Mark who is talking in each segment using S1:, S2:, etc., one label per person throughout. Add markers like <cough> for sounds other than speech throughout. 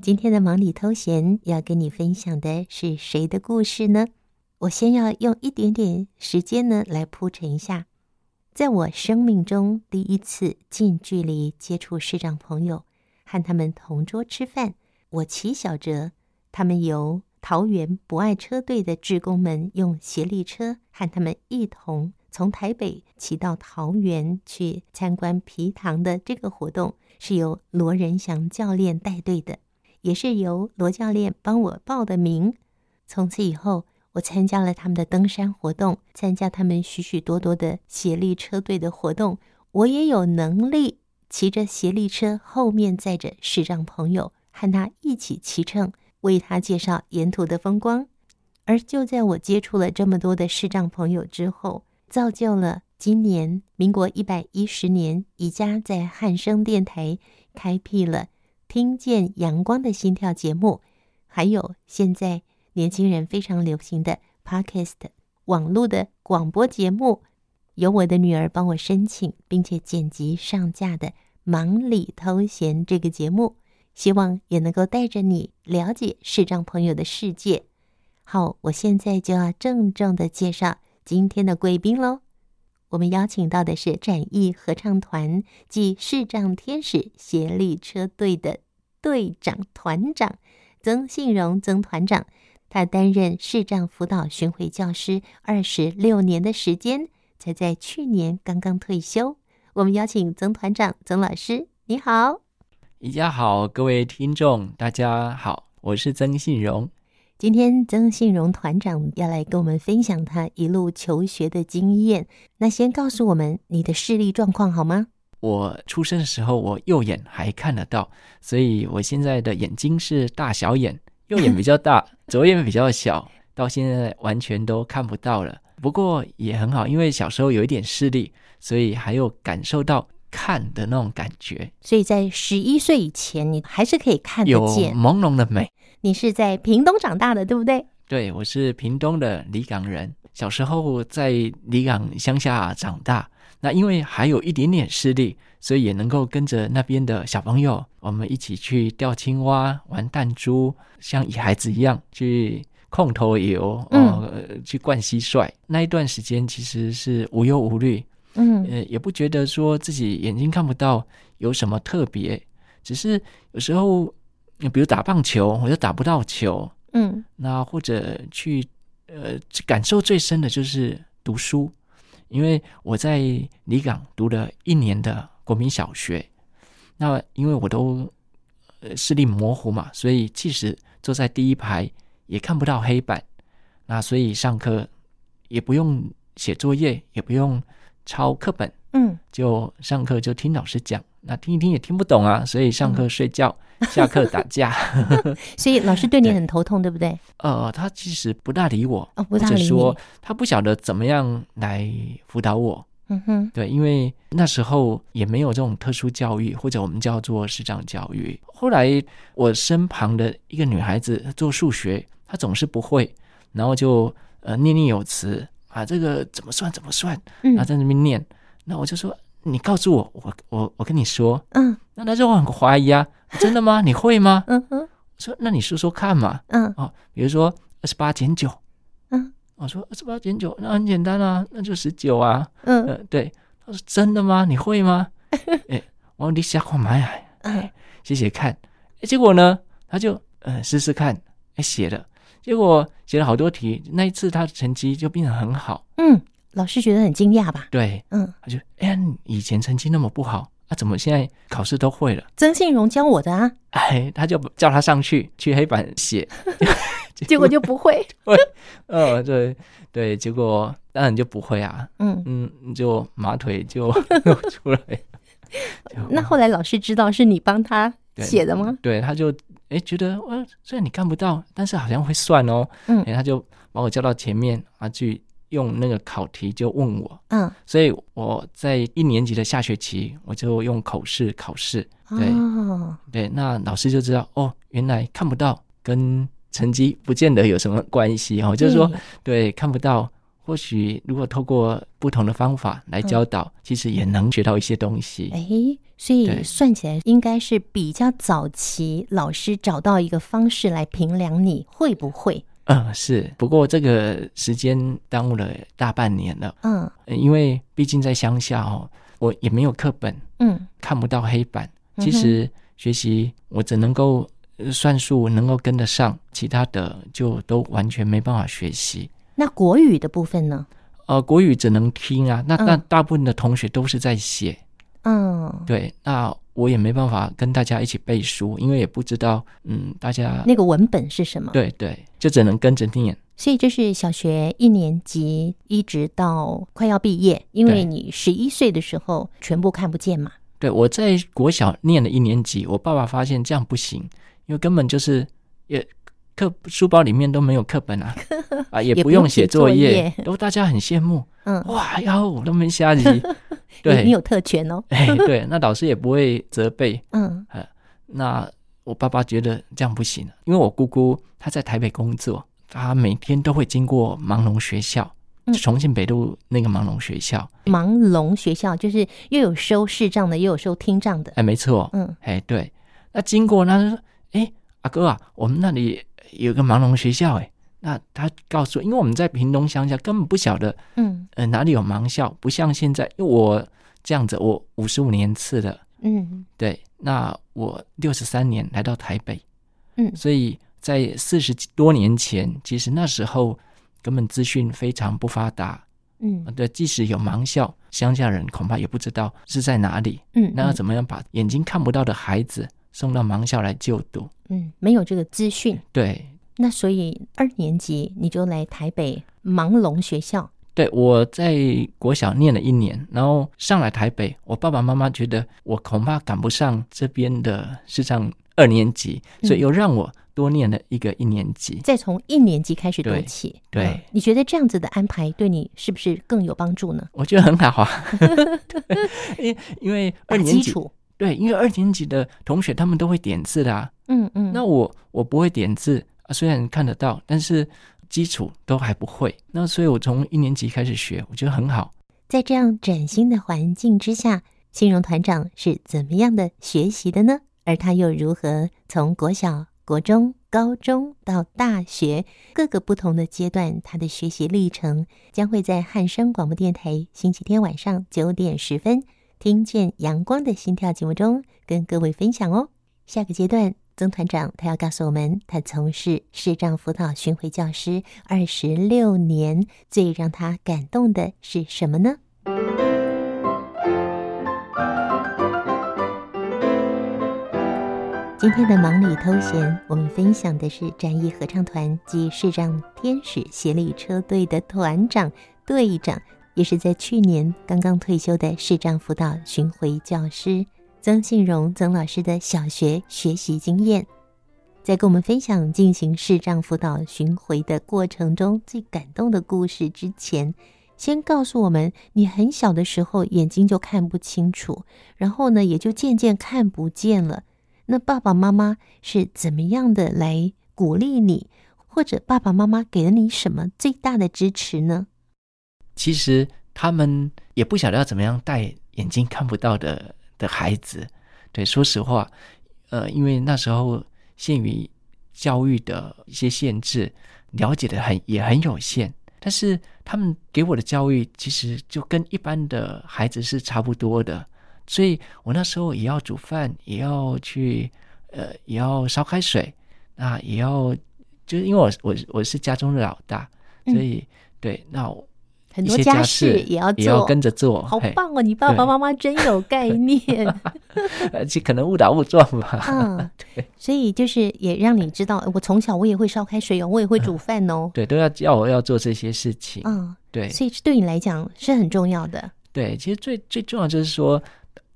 S1: 今天的忙里偷闲要跟你分享的是谁的故事呢？我先要用一点点时间呢来铺陈一下，在我生命中第一次近距离接触视障朋友，和他们同桌吃饭，我骑小哲，他们由桃园不爱车队的志工们用协力车和他们一同从台北骑到桃园去参观皮糖的这个活动，是由罗仁祥教练带队的，也是由罗教练帮我报的名。从此以后，我参加了他们的登山活动，参加他们许许多多的协力车队的活动，我也有能力骑着协力车，后面载着视障朋友，和他一起骑乘。为他介绍沿途的风光。而就在我接触了这么多的视障朋友之后，造就了今年民国一百一十年，宜家在汉声电台开辟了“听见阳光的心跳”节目，还有现在年轻人非常流行的 Podcast 网络的广播节目，由我的女儿帮我申请并且剪辑上架的《忙里偷闲》这个节目。希望也能够带着你了解视障朋友的世界。好，我现在就要郑重的介绍今天的贵宾喽。我们邀请到的是展翼合唱团暨视障天使协力车队的队长团长曾信荣曾团长，他担任视障辅导巡回教师二十六年的时间，才在去年刚刚退休。我们邀请曾团长曾老师，你好。
S2: 大家好，各位听众，大家好，我是曾信荣。
S1: 今天曾信荣团长要来跟我们分享他一路求学的经验。那先告诉我们你的视力状况好吗？
S2: 我出生的时候，我右眼还看得到，所以我现在的眼睛是大小眼，右眼比较大，
S1: <laughs>
S2: 左眼比较小，到现在完全都看不到了。不过也很好，因为小时候有一点视力，所以还有感受到看的那种感觉，
S1: 所以在十一岁以前，你还是可以看得
S2: 有
S1: 见。
S2: 朦胧的美。
S1: 你是在屏东长大的，对不对？
S2: 对，我是屏东的离港人，小时候在离港乡下长大。那因为还有一点点视力，所以也能够跟着那边的小朋友，我们一起去钓青蛙、玩弹珠，像野孩子一样去控头游，哦、呃，去灌蟋蟀。那一段时间其实是无忧无虑，
S1: 嗯，
S2: 呃，也不觉得说自己眼睛看不到有什么特别，只是有时候，呃比如打棒球，我就打不到球，
S1: 嗯，
S2: 那或者去呃感受最深的就是读书，因为我在离港读了一年的国民小学，那因为我都呃视力模糊嘛，所以即使坐在第一排也看不到黑板，那所以上课也不用写作业，也不用抄课本，
S1: 嗯，
S2: 就上课就听老师讲，那听一听也听不懂啊，所以上课睡觉，下课打架。 <laughs>
S1: 所以老师对你
S2: 对
S1: 很头痛，对不对？
S2: 呃，他其实不大理我，
S1: 哦，不大
S2: 或者
S1: 理你
S2: 说。他不晓得怎么样来辅导我。
S1: 嗯哼，
S2: 对，因为那时候也没有这种特殊教育，或者我们叫做视障教育。后来我身旁的一个女孩子做数学，她总是不会，然后就呃念念有词啊，这个怎么算怎么算，然后
S1: 嗯
S2: 在那边念。那我就说，你告诉我，我我我跟你说。
S1: 嗯
S2: 那她就很怀疑啊，真的吗？你会吗？
S1: 嗯哼
S2: 我说那你说说看嘛。
S1: 嗯
S2: 哦，比如说二十八减九，
S1: 嗯，
S2: 我说二十八减九，那很简单啊，那就十九啊，
S1: 嗯
S2: 呃，对，他说真的吗？你会
S1: <laughs>
S2: 吗？哎、我往你下块买来
S1: 嗯
S2: 写写看、哎结果呢，他就呃试试看，哎、写了，结果写了好多题，那一次他的成绩就变得很好，
S1: 嗯，老师觉得很惊讶吧？
S2: 对，
S1: 嗯，
S2: 他就哎、呀，你以前成绩那么不好，啊，怎么现在考试都会了？
S1: 曾信荣教我的啊，
S2: 哎，他就叫他上去去黑板写，
S1: <laughs> 结果就不会。
S2: 呃，对对，结果当然就不会啊，
S1: <laughs> 嗯，
S2: 嗯，就马腿 <laughs> 就露出来。就
S1: 那后来老师知道是你帮他
S2: 对
S1: 写的吗？
S2: 对，他就哎觉得，呃，虽然你看不到，但是好像会算哦。
S1: 嗯
S2: 诶他就把我叫到前面啊，去用那个考题就问我。
S1: 嗯，
S2: 所以我在一年级的下学期，我就用口试考试。对
S1: 哦，
S2: 对，那老师就知道哦，原来看不到跟成绩不见得有什么关系哦，就是说
S1: 对，
S2: 对看不到。或许如果透过不同的方法来教导，其实也能学到一些东西。
S1: 哎，所以
S2: 对
S1: 算起来应该是比较早期，老师找到一个方式来评量你会不会。
S2: 嗯，是。不过这个时间耽误了大半年了，
S1: 嗯
S2: 呃因为毕竟在乡下哦，我也没有课本，
S1: 嗯
S2: 看不到黑板。
S1: 哼
S2: 其实学习我只能够呃算术能够跟得上，其他的就都完全没办法学习。
S1: 那国语的部分呢？
S2: 呃，国语只能听啊，那
S1: 嗯
S2: 那大部分的同学都是在写，
S1: 嗯，
S2: 对，那我也没办法跟大家一起背书，因为也不知道，嗯，大家
S1: 那个文本是什么？
S2: 对对，就只能跟着念，
S1: 所以这是小学一年级一直到快要毕业，因为
S2: 对
S1: 你十一岁的时候全部看不见嘛。
S2: 对，我在国小念了一年级，我爸爸发现这样不行，因为根本就是也课书包里面都没有课
S1: <laughs>
S2: 本啊，啊也
S1: 也不
S2: 不
S1: 用
S2: 用
S1: 写
S2: 写
S1: 作
S2: 作
S1: 业
S2: 业，都大家很
S1: <laughs>
S2: 羡慕，
S1: 嗯，
S2: 哇哟，我都
S1: <laughs>
S2: 没瞎理，
S1: 你你
S2: 对，
S1: 有特权哦。
S2: 哎对，那老师也不会责备。
S1: 嗯
S2: 那我爸爸觉得这样不行，因为我姑姑她在台北工作，她每天都会经过盲聋学校，
S1: 嗯
S2: 重庆北路那个盲聋学校，
S1: 盲聋学校就是又有收视障的，又有收听障的。
S2: 哎，没错，
S1: 嗯
S2: 哎，对，那经过，那就说，哎，阿哥啊，我们那里有个盲聋学校，哎，那他告诉，因为我们在屏东乡下根本不晓得，
S1: 嗯
S2: 呃，哪里有盲校，不像现在，因为我这样子，我五十五年次的，
S1: 嗯
S2: 对，那我六十三年来到台北，
S1: 嗯
S2: 所以在四十多年前，其实那时候根本资讯非常不发达，
S1: 嗯
S2: 呃对，即使有盲校，乡下人恐怕也不知道是在哪里。
S1: 嗯，
S2: 那要
S1: 么？
S2: 怎么样把眼睛看不到的孩子送到盲校来就读？
S1: 嗯，没有这个资讯。
S2: 对，
S1: 那所以二年级你就来台北盲聋学校。
S2: 对我在国小念了一年，然后上来台北，我爸爸妈妈觉得我恐怕赶不上这边的市上二年级，
S1: 嗯
S2: 所以又让我多念了一个一年级。
S1: 再从一年级开始读
S2: 对
S1: 起。
S2: 对
S1: 嗯你觉得这样子的安排对你是不是更有帮助呢？
S2: 我觉得很
S1: <laughs>
S2: 好啊，对，因因为
S1: 打
S2: 二年
S1: 基
S2: 级
S1: 础，
S2: 对，因为二年级的同学他们都会点字的啊，
S1: 嗯嗯，
S2: 那我我不会点字啊，虽然看得到，但是基础都还不会。那所以我从一年级开始学，我觉得很好。
S1: 在这样崭新的环境之下，新荣团长是怎么样的学习的呢？而他又如何从国小、国中、高中到大学各个不同的阶段，他的学习历程将会在汉声广播电台星期天晚上九点十分《听见阳光的心跳》节目中跟各位分享哦。下个阶段，曾团长他要告诉我们，他从事视障辅导巡回教师二十六年，最让他感动的是什么呢？今天的忙里偷闲，我们分享的是战役合唱团及视障天使协力车队的团长、队长，也是在去年刚刚退休的视障辅导巡回教师曾信荣曾老师的小学学习经验。在跟我们分享进行视障辅导巡回的过程中最感动的故事之前，先告诉我们，你很小的时候眼睛就看不清楚，然后呢，也就渐渐看不见了。那爸爸妈妈是怎么样的来鼓励你，或者爸爸妈妈给了你什么最大的支持呢？
S2: 其实他们也不晓得要怎么样带眼睛看不到的的孩子。对，说实话，呃，因为那时候限于教育的一些限制，了解的很也很有限。但是他们给我的教育其实就跟一般的孩子是差不多的，所以我那时候也要煮饭，也要去呃，也要烧开水，那也要就是因为我我我是家中的老大，所以、对，那我
S1: 嗯很
S2: 一
S1: 多
S2: 些
S1: 家
S2: 事
S1: 事也要做，
S2: 跟着做，
S1: 好
S2: 嘿，
S1: 棒哦！你爸爸妈妈真有概
S2: <laughs>
S1: 念。
S2: 而且可能误打误撞吧。
S1: <laughs> 嗯，所以就是也让你知道，呃我从小我也会烧开水哦，我也会煮饭哦。
S2: 对，都要叫我要做这些事情。
S1: 嗯，
S2: 对
S1: 所以这对你来讲是很重要的。
S2: 对，其实最最重要就是说，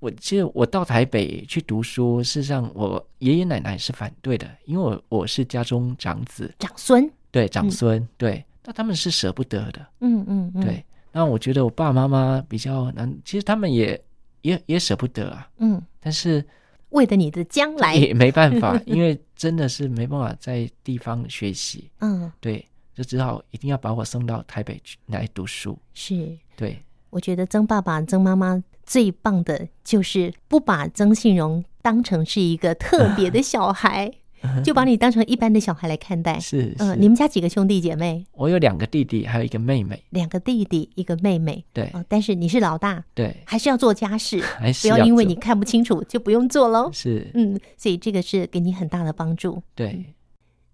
S2: 我其实我到台北去读书，事实上我爷爷奶奶是反对的，因为我我是家中长子，
S1: 长孙，
S2: 对长孙，对，那他们是舍不得的。
S1: 嗯嗯嗯，，
S2: 对，那我觉得我爸爸妈妈比较难，其实他们也也也舍不得啊，
S1: 嗯，
S2: 但是
S1: 为了你的将来，
S2: 也没办法，因为真的是没办法在地方学习。
S1: 嗯，
S2: 对，就只好一定要把我送到台北去来读书。
S1: 是。
S2: 对，
S1: 我觉得曾爸爸、曾妈妈最棒的就是不把曾信荣当成是一个特别的小
S2: <laughs>
S1: 孩，就把你当成一般的小孩来看待。
S2: 嗯是，
S1: 嗯、
S2: 是
S1: 你们家几个兄弟姐妹？
S2: 我有两个弟弟，还有一个妹妹。
S1: 两个弟弟，一个妹妹。
S2: 对
S1: 哦，但是你是老大，
S2: 对，
S1: 还是要做家
S2: <laughs>
S1: 事，
S2: 还是
S1: 不要因为
S2: 做
S1: 你看不清楚就不用做喽。
S2: 是
S1: 嗯，所以这个是给你很大的帮助。
S2: 对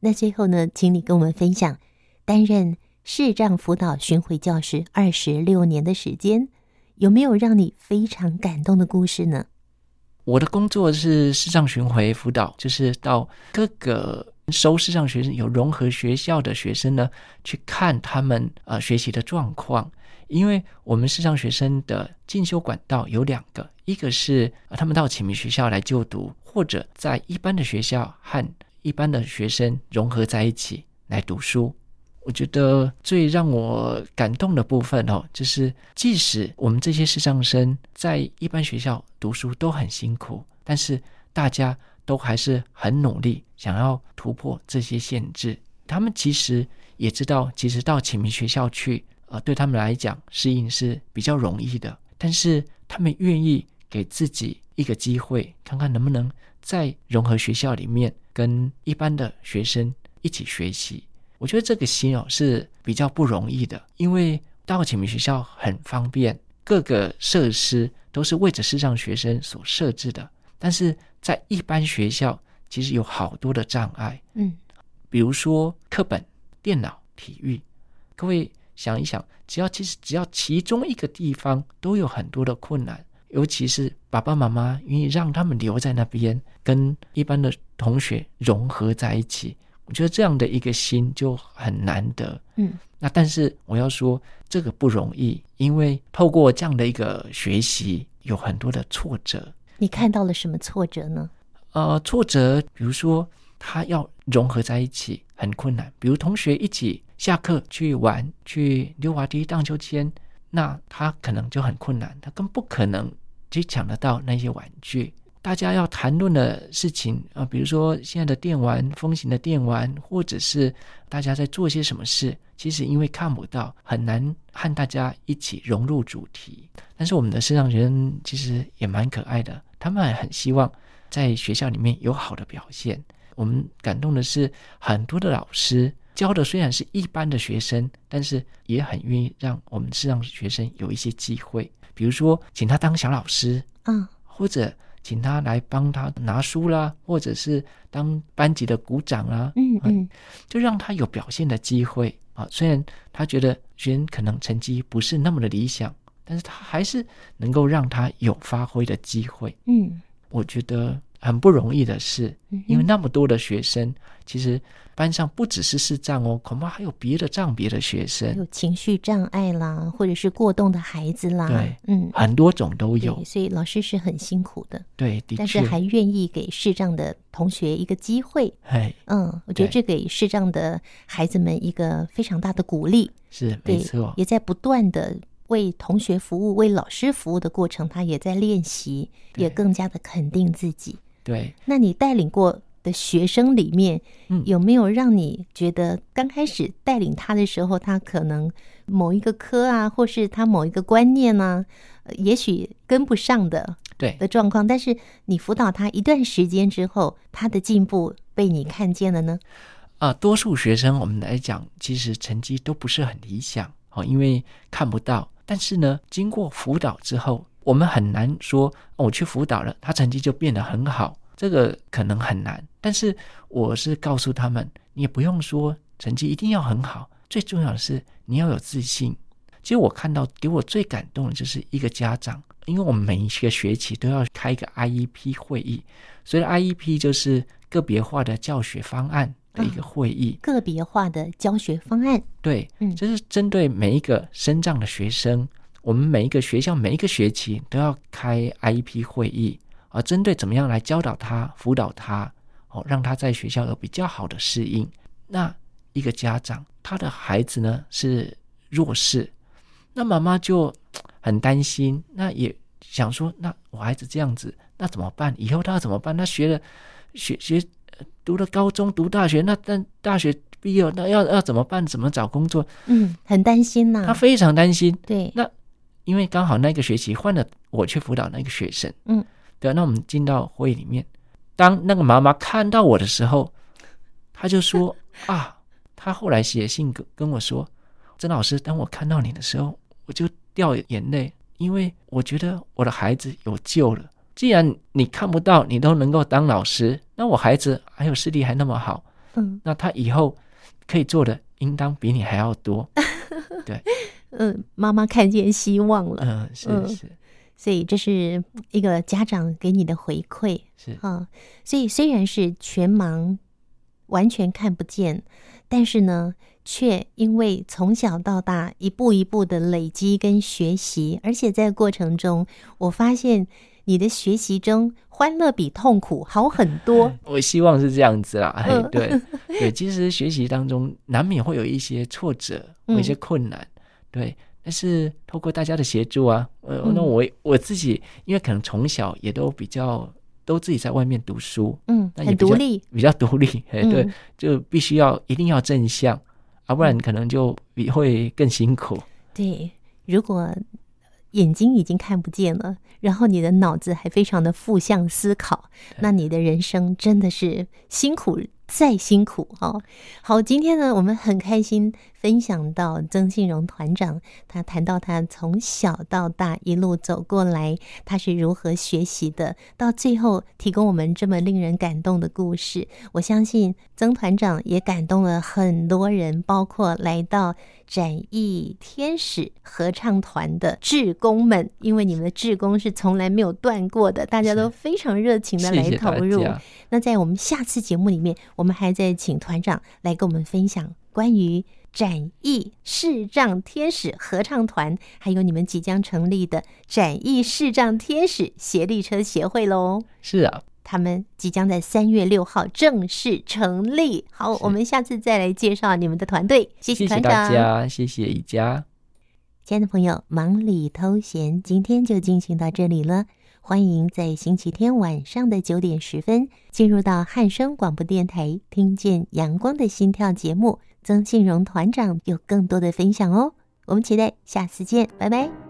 S1: 那最后呢，请你跟我们分享担任视障辅导巡回教师二十六年的时间，有没有让你非常感动的故事呢？
S2: 我的工作是视障巡回辅导，就是到各个收视障学生有融合学校的学生呢，去看他们呃学习的状况。因为我们视障学生的进修管道有两个，一个是呃他们到启明学校来就读，或者在一般的学校和一般的学生融合在一起来读书。我觉得最让我感动的部分哦，就是即使我们这些视障生在一般学校读书都很辛苦，但是大家都还是很努力，想要突破这些限制。他们其实也知道，其实到启明学校去，呃，对他们来讲适应是比较容易的，但是他们愿意给自己一个机会，看看能不能在融合学校里面跟一般的学生一起学习。我觉得这个心哦是比较不容易的，因为大启明学校很方便，各个设施都是为着视障学生所设置的。但是在一般学校，其实有好多的障碍，
S1: 嗯，
S2: 比如说课本、电脑、体育。各位想一想，只要其实只要其中一个地方都有很多的困难，尤其是爸爸妈妈愿意让他们留在那边，跟一般的同学融合在一起，我觉得这样的一个心就很难得。
S1: 嗯，
S2: 那但是我要说，这个不容易，因为透过这样的一个学习，有很多的挫折。
S1: 你看到了什么挫折呢？
S2: 呃，挫折，比如说他要融合在一起很困难，比如同学一起下课去玩，去溜滑梯、荡秋千，那他可能就很困难，他更不可能去抢得到那些玩具。大家要谈论的事情啊、呃比如说现在的电玩风行的电玩，或者是大家在做些什么事，其实因为看不到，很难和大家一起融入主题。但是我们的视障学生其实也蛮可爱的，他们很希望在学校里面有好的表现。我们感动的是，很多的老师教的虽然是一般的学生，但是也很愿意让我们视障学生有一些机会，比如说请他当小老师，
S1: 啊，
S2: 或者请他来帮他拿书啦，或者是当班级的鼓掌啦，
S1: 嗯
S2: 啊
S1: 嗯
S2: 就让他有表现的机会啊。虽然他觉得学生可能成绩不是那么的理想，但是他还是能够让他有发挥的机会。
S1: 嗯，
S2: 我觉得很不容易的事，
S1: 嗯
S2: 因为那么多的学生，其实班上不只是视障哦，恐怕还有别的障别的学生，
S1: 有情绪障碍啦，或者是过动的孩子啦，
S2: 对，
S1: 嗯，
S2: 很多种都
S1: 对
S2: 有。
S1: 所以老师是很辛苦的，
S2: 对，的
S1: 但
S2: 确
S1: 是，还愿意给视障的同学一个机会。
S2: 哎，
S1: 嗯，我觉得
S2: 对
S1: 这给视障的孩子们一个非常大的鼓励。
S2: 是
S1: 对
S2: 没错，
S1: 也在不断的为同学服务、为老师服务的过程，他也在练习，
S2: 对
S1: 也更加的肯定自己。
S2: 对，
S1: 那你带领过的学生里面，
S2: 嗯
S1: 有没有让你觉得刚开始带领他的时候，他可能某一个科啊，或是他某一个观念呢、呃也许跟不上的
S2: 对，
S1: 的状况？但是你辅导他一段时间之后，他的进步被你看见了呢？
S2: 啊、多数学生我们来讲，其实成绩都不是很理想哦，因为看不到。但是呢，经过辅导之后，我们很难说、哦我去辅导了，他成绩就变得很好，这个可能很难。但是我是告诉他们，你也不用说成绩一定要很好，最重要的是你要有自信。其实我看到给我最感动的就是一个家长，因为我们每一个学期都要开一个 IEP 会议，所以 IEP 就是个别化的教学方案的一个会议。
S1: 个别化的教学方案，
S2: 对，
S1: 嗯
S2: 这是针对每一个身障的学生，我们每一个学校每一个学期都要开 IEP 会议，啊，针对怎么样来教导他、辅导他，哦，让他在学校有比较好的适应。那一个家长，他的孩子呢是弱势，那妈妈就很担心，那也想说，那我孩子这样子，那怎么办？以后他要怎么办？他学了学学呃读了高中，读大学，那但大学毕业了，那要要怎么办？怎么找工作？
S1: 嗯，很担心呐、
S2: 他非常担心。
S1: 对，
S2: 那因为刚好那个学期换了我去辅导那个学生，
S1: 嗯，
S2: 对啊，那我们进到会议里面，当那个妈妈看到我的时候，她就说啊，她后来写信跟跟我说，曾老师，当我看到你的时候，我就掉眼泪，因为我觉得我的孩子有救了。既然你看不到，你都能够当老师，那我孩子还有视力还那么好，
S1: 嗯
S2: 那他以后可以做的应当比你还要
S1: <laughs>
S2: 多。
S1: 嗯，妈妈看见希望了，
S2: 嗯，是
S1: 嗯
S2: 是
S1: 所以这是一个家长给你的回馈
S2: 是，
S1: 啊。所以虽然是全盲，完全看不见，但是呢，却因为从小到大一步一步的累积跟学习，而且在过程中，我发现你的学习中欢乐比痛苦好很多。
S2: 我希望是这样子啦。哎
S1: 嗯，
S2: 对对，其实学习当中难免会有一些挫折，会
S1: 嗯
S2: 有一些困难，对。但是透过大家的协助啊，呃，
S1: 嗯
S2: 那我我自己因为可能从小也都比较都自己在外面读书，
S1: 嗯，
S2: 那
S1: 很
S2: 也比较
S1: 独立。
S2: 比较独立， <laughs> 哎，对，
S1: 嗯
S2: 就必须要一定要正向，啊，不然可能就比会更辛苦。
S1: 对，如果眼睛已经看不见了，然后你的脑子还非常的负向思考，那你的人生真的是辛苦再辛苦哦。好，今天呢，我们很开心分享到曾信荣团长，他谈到他从小到大一路走过来，他是如何学习的，到最后提供我们这么令人感动的故事。我相信曾团长也感动了很多人，包括来到展翼天使合唱团的志工们，因为你们的志工是从来没有断过的，大家都非常热情的
S2: 谢
S1: 来
S2: 谢
S1: 投
S2: 大
S1: 入。
S2: 家，
S1: 那在我们下次节目里面，我们还在请团长来跟我们分享关于展翼视障天使合唱团，还有你们即将成立的展翼视障天使协力车协会喽。
S2: 是啊，
S1: 他们即将在三月六号正式成立。好，
S2: 是
S1: 我们下次再来介绍你们的团队。谢
S2: 谢谢
S1: 团长，
S2: 大家，谢谢宜家。
S1: 亲爱的朋友，忙里偷闲，今天就进行到这里了。欢迎在星期天晚上的九点十分进入到汉声广播电台，听见阳光的心跳节目。曾信荣团长有更多的分享哦，我们期待下次见，拜拜。